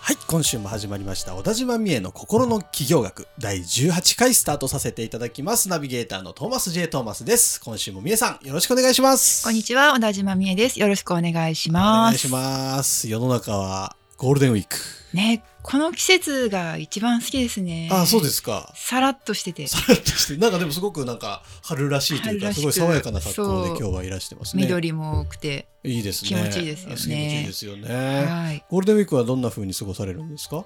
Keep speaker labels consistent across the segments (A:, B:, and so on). A: はい、今週も始まりました小田島美恵の心の企業学第18回スタートさせていただきます。ナビゲーターのトーマス J トーマスです。今週も美恵さんよろしくお願いします。
B: こんにちは、小田島美恵です。よろしくお願いし
A: お
B: ま
A: 願い
B: す。
A: します。世の中はゴールデンウィーク。
B: ね、この季節が一番好きですね。。
A: あ、そうですすか。
B: さらっとしてて、
A: さらっとしてなんかでもすごくなんか春らしいというか
B: 春ら
A: す
B: し
A: ごい
B: く
A: 爽やかな格好で
B: そう
A: 今日はいらしてますね。
B: 緑も多くて、
A: いいですね。
B: 気持ちいいですよね
A: 気持ちいいですよね。
B: はい。
A: ゴールデンウィークはどんな風に過ごされるんですか。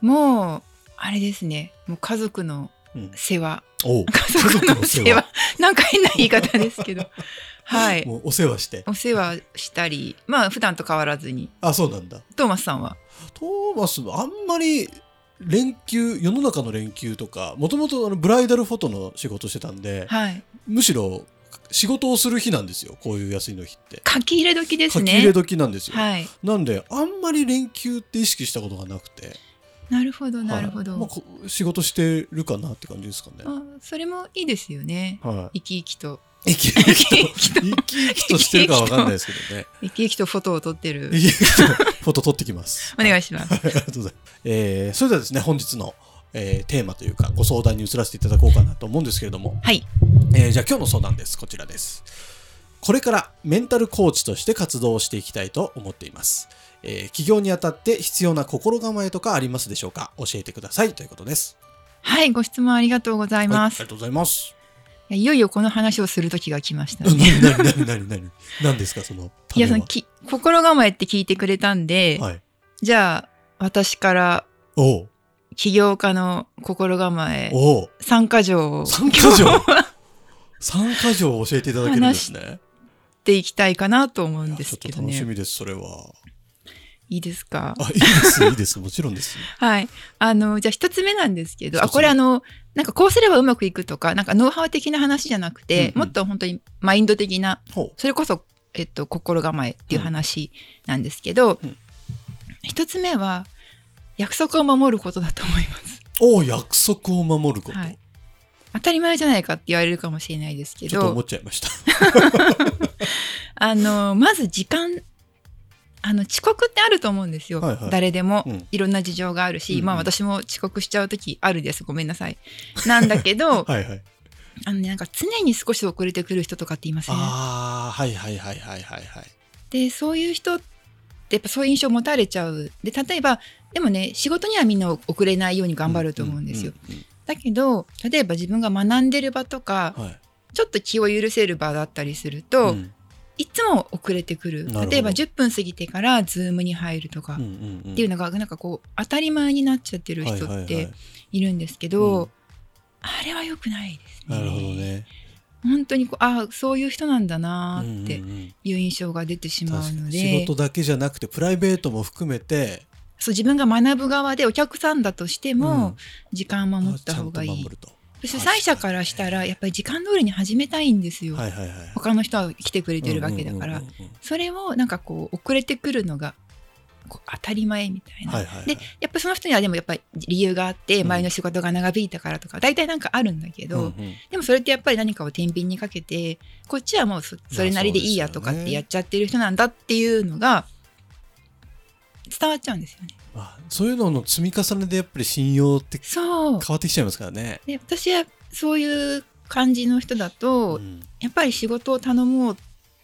B: もうあれですね、もう家族の
A: うん、
B: 世話、
A: おう
B: 家族の世話、なんか変な言い方ですけど、 はい。
A: もうお世話して。
B: お世話したり、まあ普段と変わらずに。
A: あ、そうなんだ。
B: トーマスさんは、
A: トーマスあんまり連休世の中の連休とかもともとブライダルフォトの仕事してたんで、
B: はい。
A: むしろ仕事をする日なんですよこういう休みの日って。
B: 書き入れ時です
A: 書
B: ね。
A: き入れ時なんですよ、
B: はい。
A: なんであんまり連休って意識したことがなくて
B: なるほど、なるほど。
A: はいまあこ仕事してるかなって感じですかね。
B: あ、それもいいですよね。
A: は
B: 生き 生きと。
A: い、生き生きと
B: 生き生きと
A: 生き生きとしてるかわかんないですけどね
B: 生き生きとフォトを撮ってる
A: 生。き 生きとフォト撮ってきます。
B: お願いします。
A: ありがとうございます。えーそれではですね、本日の、えーテーマというか、ご相談に移らせていただこうかなと思うんですけれども、
B: はい。
A: えーじゃあ今日の相談です。こちらです。これからメンタルコーチとして活動をしていきたいと思っています。えー起業にあたって必要な心構えとかありますでしょうか教えてくださいということです。
B: はい、ご質問ありがとうございま
A: は
B: す。
A: いありがとうございます。
B: いやいよいよこの話をする時が来ました
A: なに
B: ね。
A: なになになになに何ですかそのため
B: いや、
A: は
B: そのき、心構えって聞いてくれたんで、
A: はい。
B: じゃあ、私から
A: おう
B: 起業家の心構え、
A: おう
B: 三箇条を
A: 三箇条三箇条を教えていただけるんですね。
B: ていきたいかなと思う
A: い
B: ん
A: や
B: で
A: ちょ
B: す
A: っと
B: けど
A: 楽し
B: ね。
A: みです、それは。
B: いいですか
A: あ、いいです、いいです、もちろんです。
B: はい。あの、じゃあ一つ目なんですけど、
A: 一
B: あ、
A: つ目
B: これあの、なんかこうすればうまくいくとか、なんかノウハウ的な話じゃなくて、
A: うんうん
B: もっと本当にマインド的な
A: ほ
B: それこそ、えっと、心構えっていう話なんですけど、
A: うん
B: 一つ目は約束を守ることだと思います。
A: う。おう約束を守ること。
B: はい当たり前じゃないかって言われるかもしれないですけ
A: ちょっと思
B: ど
A: っちゃいま した。
B: あのまず時間あの遅刻ってあると思うんですよ、
A: はいはい
B: 誰でも、
A: うん
B: いろんな事情があるし、
A: うんうん
B: まあ私も遅刻しちゃう時あるですごめんなさいなんだけど
A: はいはい。
B: あの、ね、なんか常に少し遅れてくる人とかって言いません
A: ああ、はいはいはいはいはいはい。
B: でそういう人ってやっぱそういう印象を持たれちゃうで例えばでもね仕事にはみんな遅れないように頑張ると思うんですよ、
A: うんうん
B: だけど例えば自分が学んでる場とか
A: うん。はい。
B: ちょっと気を許せる場だったりすると、
A: うん
B: いつも遅れてくる
A: なるほど
B: 例えば10分過ぎてからズームに入るとか、
A: うん
B: っ
A: うんうん。
B: ていうのがなんかこう当たり前になっちゃってる人
A: はい
B: っ
A: はいはい
B: ているんですけど、
A: うん
B: あれは良くないですね。
A: なるほどね。
B: 本当にこうああそういう人なんだなーっ
A: う
B: て
A: んうんうん
B: いう印象が出てしまう
A: 確か
B: の
A: に仕
B: で、
A: 事だけじゃなくてプライベートも含めて、
B: そう自分が学ぶ側でお客さんだとして
A: う
B: も
A: ん
B: 時間を守った方がい
A: ちゃんと
B: い
A: 守。ると。
B: そして最初からしたらやっぱり時間通りに始めたいんですよ。
A: はいはいはい。
B: 他の人は来てくれてるわけだから、
A: うんうんうんうん
B: それをなんかこう遅れてくるのがこう当たり前みたいな。
A: はいはいはい。
B: でやっぱその人にはでもやっぱり理由があって
A: うん
B: 前の仕事が長引いたからとか大体なんかあるんだけど、
A: うんうん
B: でもそれってやっぱり何かを天秤にかけてこっちはもうそそれなりでいいやとかってやっちゃってる人なんだっていうのが伝わっちゃうんですよね。
A: まあそういうのの積み重ねでやっぱり信用って
B: そう
A: 変わってきちゃいますからね。
B: で私はそういう感じの人だと、
A: うん
B: やっぱり仕事を頼もう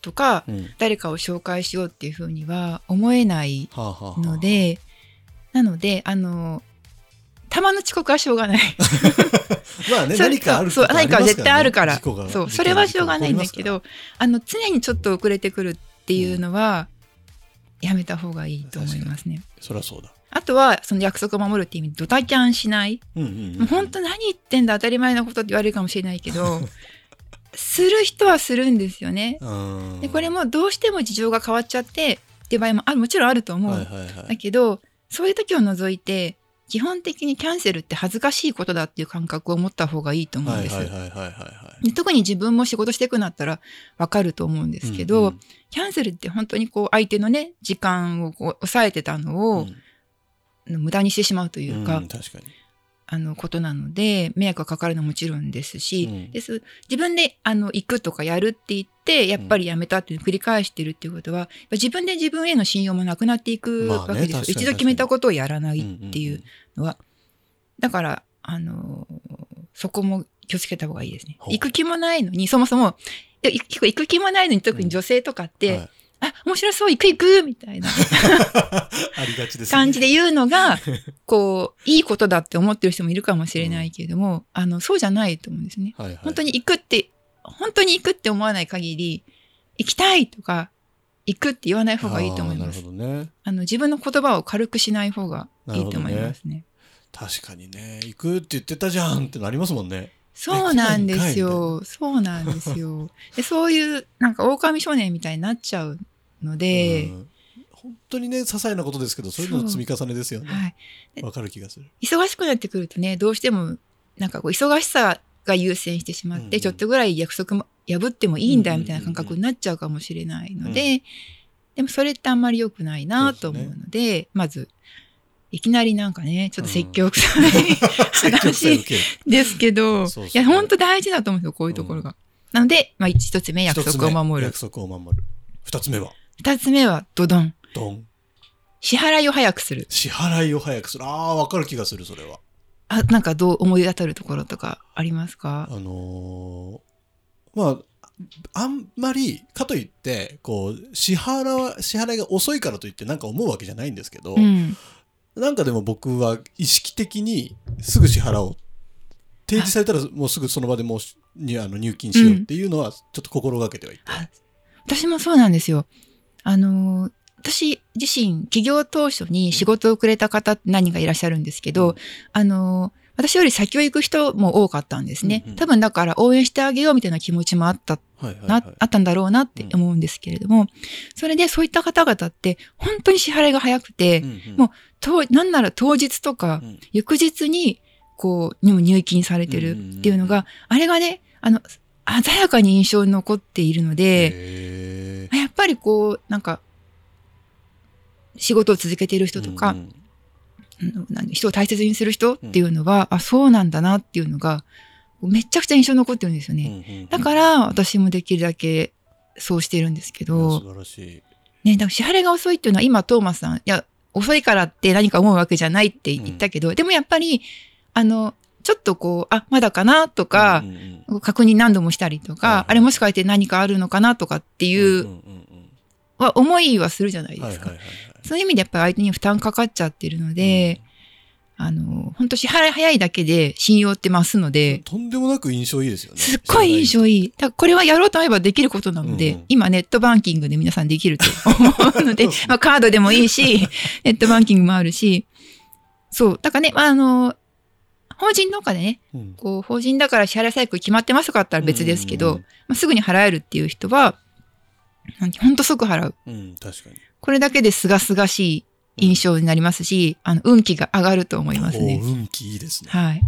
B: とか
A: うん
B: 誰かを紹介しようっていうふうには思えない
A: はあはあはあ
B: のでなのであのたまの遅刻はしょうがない
A: まあね、
B: それ
A: 何かある
B: そう何かは絶対あるから
A: 事故が
B: そうそれはしょうがないんだけどあの常にちょっと遅れてくるっていうのは、やめた方がいいと思いますね。
A: そりゃそうだ、
B: あとはその約束を守るっていう意味でドタキャンしない
A: うんうん
B: もう本当何言ってんだ当たり前のことって言われるかもしれないけ どする人はするんですよね。
A: 当
B: でこれもどうしても事情が変わっちゃってっていう場合もあもちろんあると思う、
A: はいはいは
B: だ
A: い
B: けどそういう時を除いて基本的にキャンセルって恥ずかしいことだっていう感覚を持った方がいいと思うん
A: はい
B: です。
A: はいはいはいはいは
B: で特に自分も仕事していくなったらわかると思うんで
A: い。
B: すけど、
A: うんうん
B: キャンセルって本当にこう相手のね時間をこう抑えてたのを、無駄にしてしまうというか、
A: ん確か
B: あのことなので迷惑がかかるのはもちろんですし、
A: うん
B: です自分であの行くとかやるって言ってやっぱりやめたっていうのを繰り返してるっていうことは、やっぱ自分で自分への信用もなくなっていく
A: まあ
B: わ
A: ね
B: けですよ、
A: 確かに
B: 一度決めたことをやらない
A: に。
B: っていう,、だからあのそこも気をつけた方がいいですね
A: ほう
B: 行く気もないのにそもそもいやい行く気もないのに特に女性とかって、
A: はい
B: あ面白そう行く行くみたいな
A: ありがちです、ね。
B: 感じで言うの が、こう、いいことだって思ってる人もいるかもしれないけれども、あの、そうじゃないと思うんですね。
A: はいはい、
B: 本当に行くって、本当に行くって思わない限り、行きたいとか、行くって言わない方がいいと思います。
A: あー
B: あ
A: なるほどね。
B: の、自分の言葉を軽くしない方がいいと思いますね。
A: 確かにね、行くって言ってたじゃんってなりますもんね。
B: そうなんですよ。そうなんですよ。でそういう、なんか、狼少年みたいになっちゃうので、
A: うん本当にね、些細なことですけど、そういうのの積み重ねですよね。
B: はい。
A: わかる気がする。
B: 忙しくなってくるとねどうしてもなんかこう忙しさが優先してしまっ
A: う
B: て、
A: んうん
B: ちょっとぐらい約束も破ってもいいんだ
A: うんうん
B: み
A: うんうん
B: たいな感覚になっちゃうかもしれないので、でもそれってあんまり良くないなと思うのでまずいきなりなんかねちょっと説教臭い、
A: 説教
B: 話
A: 受ける
B: ですけど
A: そうそう
B: いや本当大事だと思うんですよこういうところが。なので、まあ、一つ目約
A: 一つ
B: 束
A: 目
B: を守る
A: 約束を守る。二つ目は、
B: 二つ目はドドン
A: ドン。
B: 支払いを早くする
A: 支払いを早くする。ああ、わかる気がする、それは。
B: あなんかどう思い当たるところとかありますか
A: あのーまあ、あんまり、かといって、こう、支払わ、支払いが遅いからといってなんか思うわけじゃないんですけど、
B: うん、
A: なんかでも僕は意識的にすぐ支払おう。提示されたらもうすぐその場でもうしにあの入金しようっていうのはちょっと心がけてはいて。
B: あ私もそうなんですよ。あのー、私自身、起業当初に仕事をくれた方って何人かいらっしゃるんですけど、
A: うん
B: あのー、私より先を行く人も多かったんですね。
A: うんうん
B: 多分だから応援してあげようみたいな気持ちもあった
A: はいはい
B: な、あったんだろうなって思うんですけれども、それでそういった方々って本当に支払いが早くて、もう当なんなら当日とか、
A: うん
B: 翌日に、こう、にも入金されてるっていうのが、あれがね、あの、鮮やかに印象に残っているので、
A: え、
B: やっぱりこう、なんか、仕事を続けている人とか、うんなんで人を大切にする人っていうのは、あ、そうなんだなっていうのが、めちゃくちゃ印象に残ってるんですよね。だからら、私もできるだけそうしてるんですけ
A: 素
B: ど、
A: 晴らしい。
B: ね、だから支払いが遅いっていうのは、今、トーマスさん、いや、遅いからって何か思うわけじゃないって言ったけど、でもやっぱり、あの、ちょっとこう、あ、まだかなとか
A: うん、うんうん
B: 確認何度もしたりとか、
A: はいはい
B: あれもしかして何かあるのかなとかっていう、
A: んんうん
B: は思いはするじゃないで
A: うん
B: すか。
A: はいはいはいはい
B: そういう意味でやっぱり相手に負担かかっちゃってるので、あの、本当支払い早いだけで信用って増すの
A: うん
B: で、
A: とんでもなく印象いいですよね。
B: すっごい印
A: 象
B: 象いい。だからこれはやろうと思えばできることなので、
A: うんうん
B: 今ネットバンキングで皆さんできると思うの で
A: そうですね、
B: まあカードでもい いし、ネットバンキングもあるし、そう。だからね、まああの、法人とかでね、こう、法人だから支払い最後決まってますかって言ったら別ですけど、まあ、すぐに払えるっていう人は、なんてほんと即払う。
A: うん。うん、確かに。
B: これだけですがすがしい印象になりますし、あの、運気が上がると思います
A: お
B: ね。
A: ー運気いいですね。
B: はい。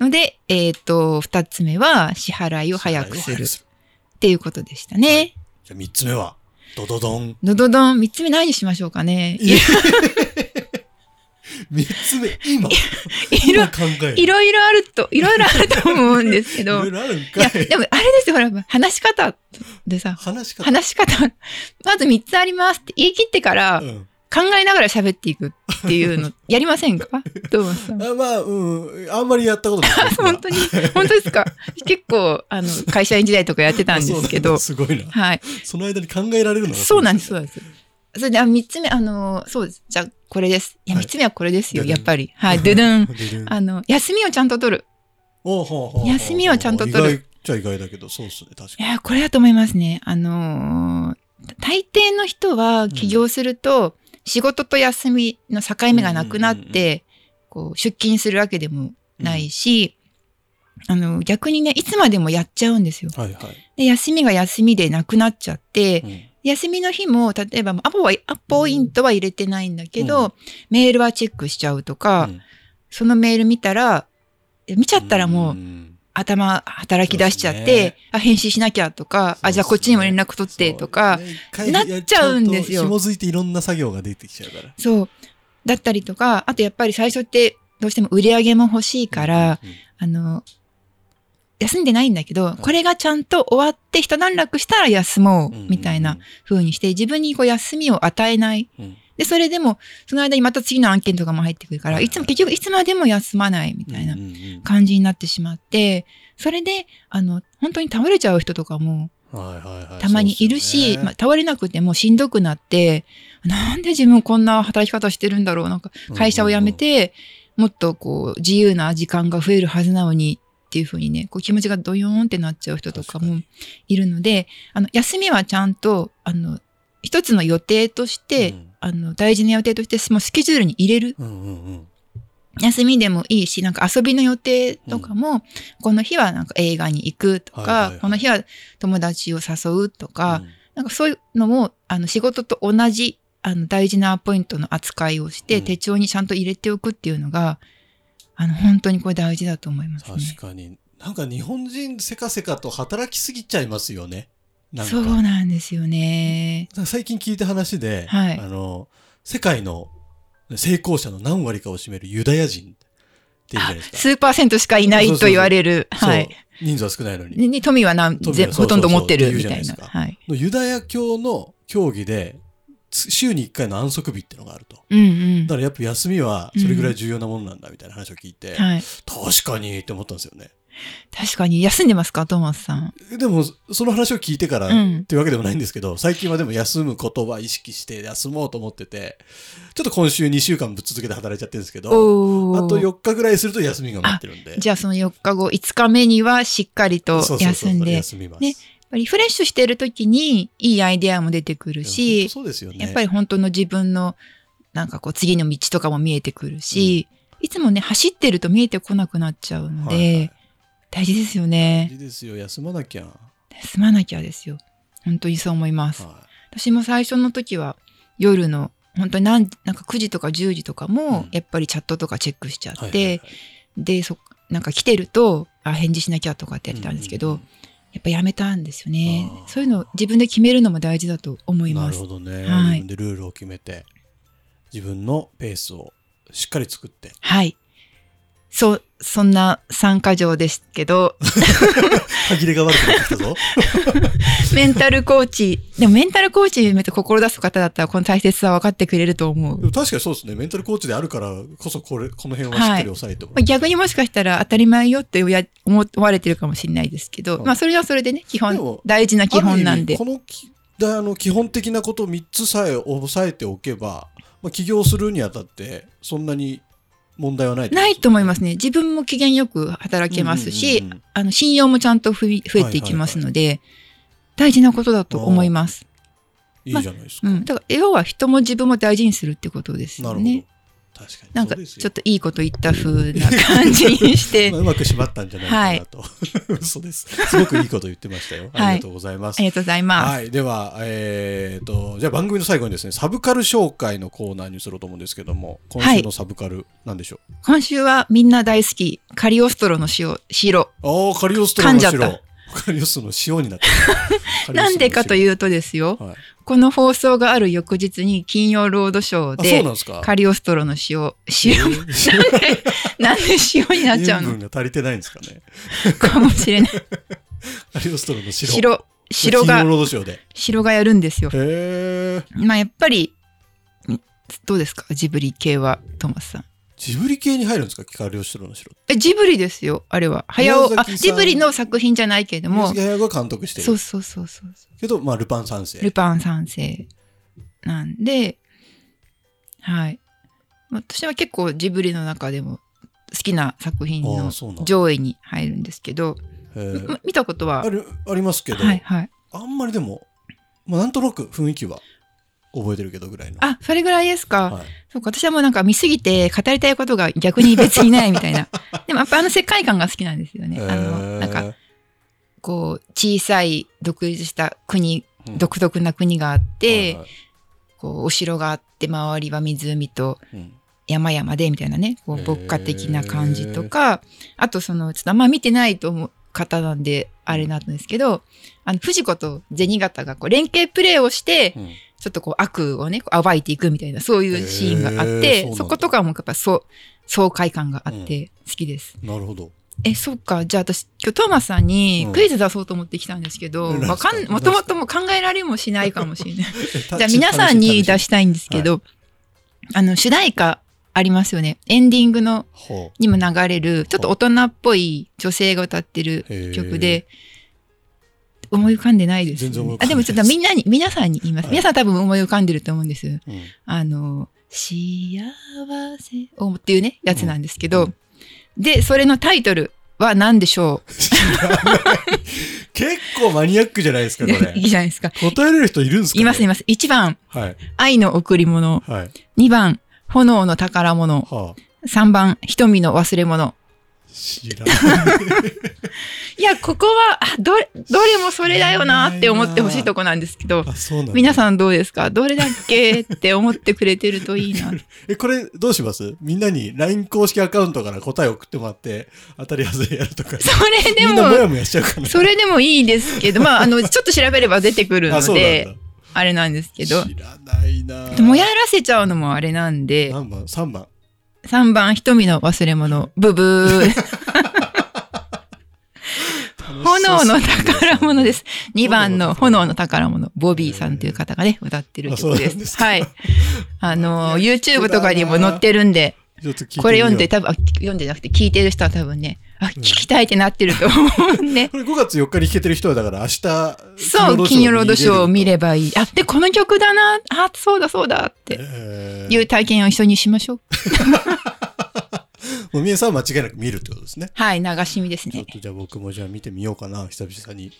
B: ので、えっ、と、二つ目は、支払いを早くす
A: 支払いを
B: るっていうことでしたね。
A: はいじゃあ三つ目は、ドドドン。
B: ドドドン、三つ目何にしましょうかね。い
A: 三つ目、今、
B: いろ
A: 今考える。
B: いろいろあると、いろいろあると思うんですけ
A: い
B: ど。
A: ろ
B: い
A: いろあるん
B: や、
A: かい。
B: でもあれですよ、ほら、話し方でさ、
A: 話し方。
B: 話し方、まず三つありますって言い切ってから、
A: うん
B: 考えながら喋っていくっていうの、やりませんかどうさん。
A: あまあ、うん、あんまりやったことないです。
B: 本当に、本当ですか。結構、あの、会社員時代とかやってたんですけ
A: あ
B: ど、
A: そうなんだすごいな。
B: はい。
A: その間に考えられるのが
B: そうな んです、そう
A: ごい
B: なんです。それで、あ、三つ目、あの、そうです。じゃあ、これです。いや、
A: はい
B: 三つ目はこれですよ、
A: ドゥドゥン
B: やっぱり。はい、ドゥドゥン。
A: でね
B: あの、休みをちゃんと取る。
A: おうほうほうほう
B: 休みをちゃんと取る
A: 意外っちゃ意外だけど、そうっすね、確
B: い
A: かに。
B: や、これだと思いますね。あのー大抵の人は起業すると、仕事と休みの境目がなくなっ
A: うんうんうん
B: て、こう、出勤するわけでもないし、あの、逆にね、いつまでもやっちゃうんですよ。
A: はいはい。
B: で、休みが休みでなくなっちゃって、
A: うん
B: 休みの日も、例えばアポは、アポイントは入れてないんだけど、
A: うん
B: メールはチェックしちゃうとか、
A: うん
B: そのメール見たら、え見ちゃったらもう、
A: ん
B: 頭働き出しちゃって、
A: そうですね
B: あ、返信しなきゃとか、
A: そうですね
B: あ、じゃあこっちにも連絡取ってとか、
A: そうね
B: なっちゃうんですよ
A: ちゃんと紐づいていろんな作業が出てきちゃうから。
B: そう、だったりとか、あとやっぱり最初ってどうしても売り上げも欲しいから、
A: うん、
B: あの、休んでないんだけど、これがちゃんと終わって一段落したら休もう、
A: うん
B: みたいな。風にして、自分にこう休みを与えない。
A: うん
B: で、それでも、その間にまた次の案件とかも入ってくるから、
A: はいはい
B: いつも結局いつまでも休まないみたいな
A: うんうんうん
B: 感じになってしまって、それで、あの、本当に倒れちゃう人とかも
A: はいはいはい
B: たまにいる
A: そ
B: し、
A: うですよね
B: まあ、倒れなくてもしんどくなって、なんで自分こんな働き方してるんだろう、なんか会社を辞めて、もっとこう自由な時間が増えるはずなのにっていうふうにね、こう気持ちがドヨーンってなっちゃう人とか
A: 確か
B: も
A: に
B: いるので、あの、休みはちゃんと、あの、一つの予定として、
A: うん
B: あの、大事な予定として、そのスケジュールに入れる。
A: うんうんうん
B: 休みでもいいし、なんか遊びの予定とかも、この日はなんか映画に行くとか、
A: はいはいはい
B: この日は友達を誘うとか、
A: うん
B: なんかそういうのも、あの、仕事と同じ、あの、大事なポイントの扱いをして、
A: うん
B: 手帳にちゃんと入れておくっていうのが、あの、本当にこれ大事だと思いますね。
A: 確かに。なんか日本人せかせかと働きすぎちゃいますよね。なんか
B: そうなんですよね。
A: なんか最近聞いた話で、
B: はい
A: あの世界の成功者の何割かを占めるユダヤ人っているじゃないですか。
B: 数パーセントしかいないと言われる。はい。
A: そう人数は少ないのに。
B: ねね富は何
A: 富は
B: ぜ
A: そうそうそう
B: ほとんど持ってるみ
A: って
B: た
A: 言う
B: い
A: じゃ
B: な。
A: ないですか
B: はい。
A: のユダヤ教の教義でつ週に1回の安息日ってのがあると。
B: うんうん
A: だ。からやっぱ休みはそれぐらい重要なものなんだみたいな話を聞いて、
B: はい。
A: 確かにって思ったんですよね。
B: 確かに、休んでますか、トーマスさん。
A: でもその話を聞いてから
B: うん
A: っていうわけでもないんですけど、最近はでも休むことは意識して休もうと思っててちょっと今週2週間ぶっ続けて働いちゃってるんですけど
B: お
A: あ
B: ー
A: と4日ぐらいすると休みが待ってるんで
B: じゃあその4日後、5日目にはしっかりと
A: そうそうそうそう
B: 休んで、やっ
A: 休みます、
B: ねぱりリフレッシュしてる時にいいアイデアも出てくる
A: いや
B: し
A: 本当、そうですよね
B: やっぱり本当の自分のなんかこう次の道とかも見えてくるし、いつもね走ってると見えてこなくなっちゃうので、
A: はいはい
B: 大事ですよ
A: 大
B: ね
A: 事ですよ休まなきゃ、
B: 休まなきゃですよ本当にそう思います、
A: は
B: 私も最初の時は夜の本当になんなんか9時とか10時とか
A: う
B: も
A: ん
B: やっぱりチャットとかチェックしちゃって、
A: い、はいはいはい
B: でそなんか来てるとあ返事しなきゃとかってやってたんですけど、
A: うんうん
B: やっぱやめたんですよね
A: あー
B: そういうのを自分で決めるのも大事だと思い
A: な
B: ま
A: る
B: す
A: ほどね、
B: はい
A: 自分でルールを決めて自分のペースをしっかり作って
B: はい。そう、そんな参加条ですけ ど、
A: 歯切れが悪くなってきた ぞ
B: メンタルコーチ、でもメンタルコーチめっちゃ志す方だったら、この大切さは分かってくれると思
A: で
B: う。
A: も確かにそうですねメンタルコーチであるからこそこれこの辺はしっかり抑えてもらう
B: 逆にもしかしたら当たり前よってや思われてるかもしれないですけど、
A: うん
B: まあそれはそれでね、基
A: で
B: 本
A: も、
B: 大事な基本なん
A: ある。意
B: で
A: 味このきだあの基本的なこと3つさえ押さえておけば、まあ、起業するにあたってそんなに問題はない
B: ないと思いますすね。自分も機嫌よく働けますし、
A: うんうんうん
B: あの信用もちゃんと増え増えていきますので、大事なことだと思います。
A: いいじゃないですか、
B: うん。だから、要は人も自分も大事にするってことです
A: な
B: よ
A: るほ
B: ね。
A: ど確かに
B: なん
A: そ
B: か
A: うです
B: ちょ
A: よ
B: っといいこと言った風な感じにして、
A: ま
B: あ
A: あうまく縛ったんじゃないかなと、 嘘ですすごくいいこと言ってましたよ、
B: はい
A: ありがとうございます
B: りがとうございます。
A: はい、では、えー、とじゃあ番組の最後にですねサブカル紹介のコーナーにすると思うんですけども今週のサブカルなんでしょう、
B: 今週はみんな大好き、カリオストロの塩、白。
A: ああカリオストロの
B: 噛んじゃっ
A: 白カリオストロの塩になってる
B: なんでかと
A: う
B: いうとですよ、
A: はい、
B: この放送がある翌日に金曜ロードショー
A: あそう
B: で
A: なん、ですか
B: カリオストロの塩、塩、 なんで塩になっちゃ う
A: 塩
B: の
A: 分が足りてないんですかね
B: かもし れない。
A: カリオストロの白
B: 白、白
A: 金曜
B: が、
A: ロードショーでへ
B: 白がやるんですよ。
A: え
B: まあやっぱり、んどうですかジブリ系は、トマスさん。
A: ジブリ系に入るんですかカリオストロの白
B: え、ジブリですよ、あれは。早尾、
A: 宮
B: あ、
A: 崎さん
B: ジブリの作品じゃないけれども
A: 宮、崎駿が監督して
B: そう
A: る
B: そうそうそうそ
A: けど、まあ、ルパン三世
B: う。ルパン三世なんで、はい。私は結構ジブリの中でも好きな作品
A: あ
B: の
A: あそうなんだ
B: 上位に入るんですけど、
A: へー
B: ま見たことは
A: あ、るありますけど、
B: はいはい。
A: あんまりでも、まあ、なんとなく雰囲気は覚えてるけどぐらいの。
B: あ、それぐらいですか。
A: はい、
B: そうか、私はもうなんか見すぎて語りたいことが逆に別にないみたい な。でもやっぱあの世界観が好きなんですよね。あの、なんか、こう、小さい独立した国、
A: うん
B: 独特な国があって、
A: はいはい
B: こう、お城があって、周りは湖と、
A: うん
B: 山々でみたいなね、こう牧歌的な感じとか、あとその、ちょっとあんま見てないと思う方なんで、あれなんですけど、あの、藤子と銭形がこう連携プレーをして、
A: うん
B: ちょっとこう悪をね、こう暴いていくみたいな、そういうシーンがあって、
A: へーそうなんだ
B: そことかもやっぱそう、爽快感があって好きです。
A: なるほど。
B: え、そうか。じゃあ私、今日トーマスさんに
A: うん
B: クイズ出そうと思ってきたんですけど、
A: 何ですか
B: わかん、もともともう考えられもしないかもしれない。じゃあ
A: た
B: 皆さんに出
A: 試し
B: したいんですけど、あの、主題歌ありますよね。エンディングの
A: ほ
B: にも流れる、ちょっと大人っぽい女性が歌ってる
A: へー
B: 曲で、思い浮かんでないです、
A: 全然思い浮
B: あ、
A: かんで
B: で
A: な
B: も
A: いで
B: ち
A: す
B: ょっとみんなに、皆さんに言います。
A: はい
B: 皆さん多分思い浮かんでると思うんです。
A: う。うん
B: あの、幸せをっていうね、やつなんですけど、で、それのタイトルは何でしょ
A: 結構マニアックじゃないです
B: う
A: か、こ
B: い
A: れ。
B: いじゃないですか。
A: 答えれる人いるんですか、
B: いますい
A: ね。
B: ます。1番、
A: はい。
B: 愛の贈り物。
A: はい。
B: 2番、炎の宝物。
A: はあ。
B: 3番、瞳の忘れ物。
A: 知 らない。
B: いや、ここは、あどれ、どれもそれだよなって思ってほしいとこなんですけど、
A: あ、そうなんだ
B: 皆さんどうですかどれだっけって思ってくれてるとい いな。
A: え、これどうしますみんなに LINE 公式アカウントから答え送ってもらって、当たり外れやるとか。
B: それで
A: みんなもや
B: も、
A: もやしちゃうかな。
B: それでもいいですけど、まあ、 あの、ちょっと調べれば出てくる
A: あ、そ
B: の
A: うなん
B: で
A: だ、。
B: あれなんですけど、
A: 知らないなぁ
B: もやらせちゃうのもあれなんで、
A: 何番 ?3 番。
B: 3番、瞳の忘れ物、ブブー、炎の宝物で。す。2番の炎の宝物、ボビーさんという方がね、歌ってる曲
A: あそう
B: で
A: なん
B: す。
A: ですか
B: はい。あの、
A: いやちょっ
B: YouTube
A: とだな
B: とかにも載ってるんで、
A: ちょっと聞いてみよう
B: これ読んで、。多分、あ読んでなくて聞いてる人は多分ね、あ、聞きたいってなってると思うんで。
A: これ5月4日に弾けてる人はだから明日、
B: そう、金曜ロードショーを見れ
A: ば。
B: ばいい。あ、で、この曲だな、あ、そうだそうだって
A: え
B: いう
A: ー、
B: 体験を一緒にしましょう。
A: もう皆さんは間違いなく見るってことですね。
B: はい、流し見です
A: ちょっ
B: ね。
A: とじゃあ僕もじゃあ見てみようかな、久々に。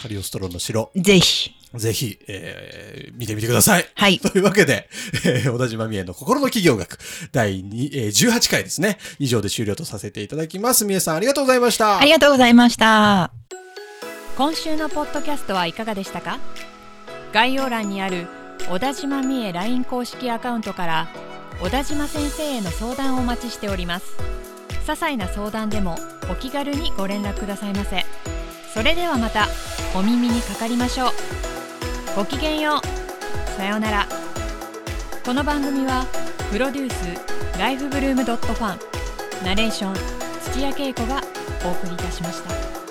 A: カリオストロの城。
B: ぜひ。
A: ぜひ、えー見てみてください。
B: はい。
A: というわけで、えー、小田島美恵の心の企業学、第2、えー18回ですね。以上で終了とさせていただきます。美恵さん、ありがとうございました。
B: ありがとうございました。
C: 今週のポッドキャストはいかがでしたか概要欄にある小田島美恵 LINE 公式アカウントから小田島先生への相談をお待ちしております些細な相談でもお気軽にご連絡くださいませそれではまたお耳にかかりましょうごきげんようさようならこの番組はプロデュースライフブルームドットファンナレーション土屋恵子がお送りいたしました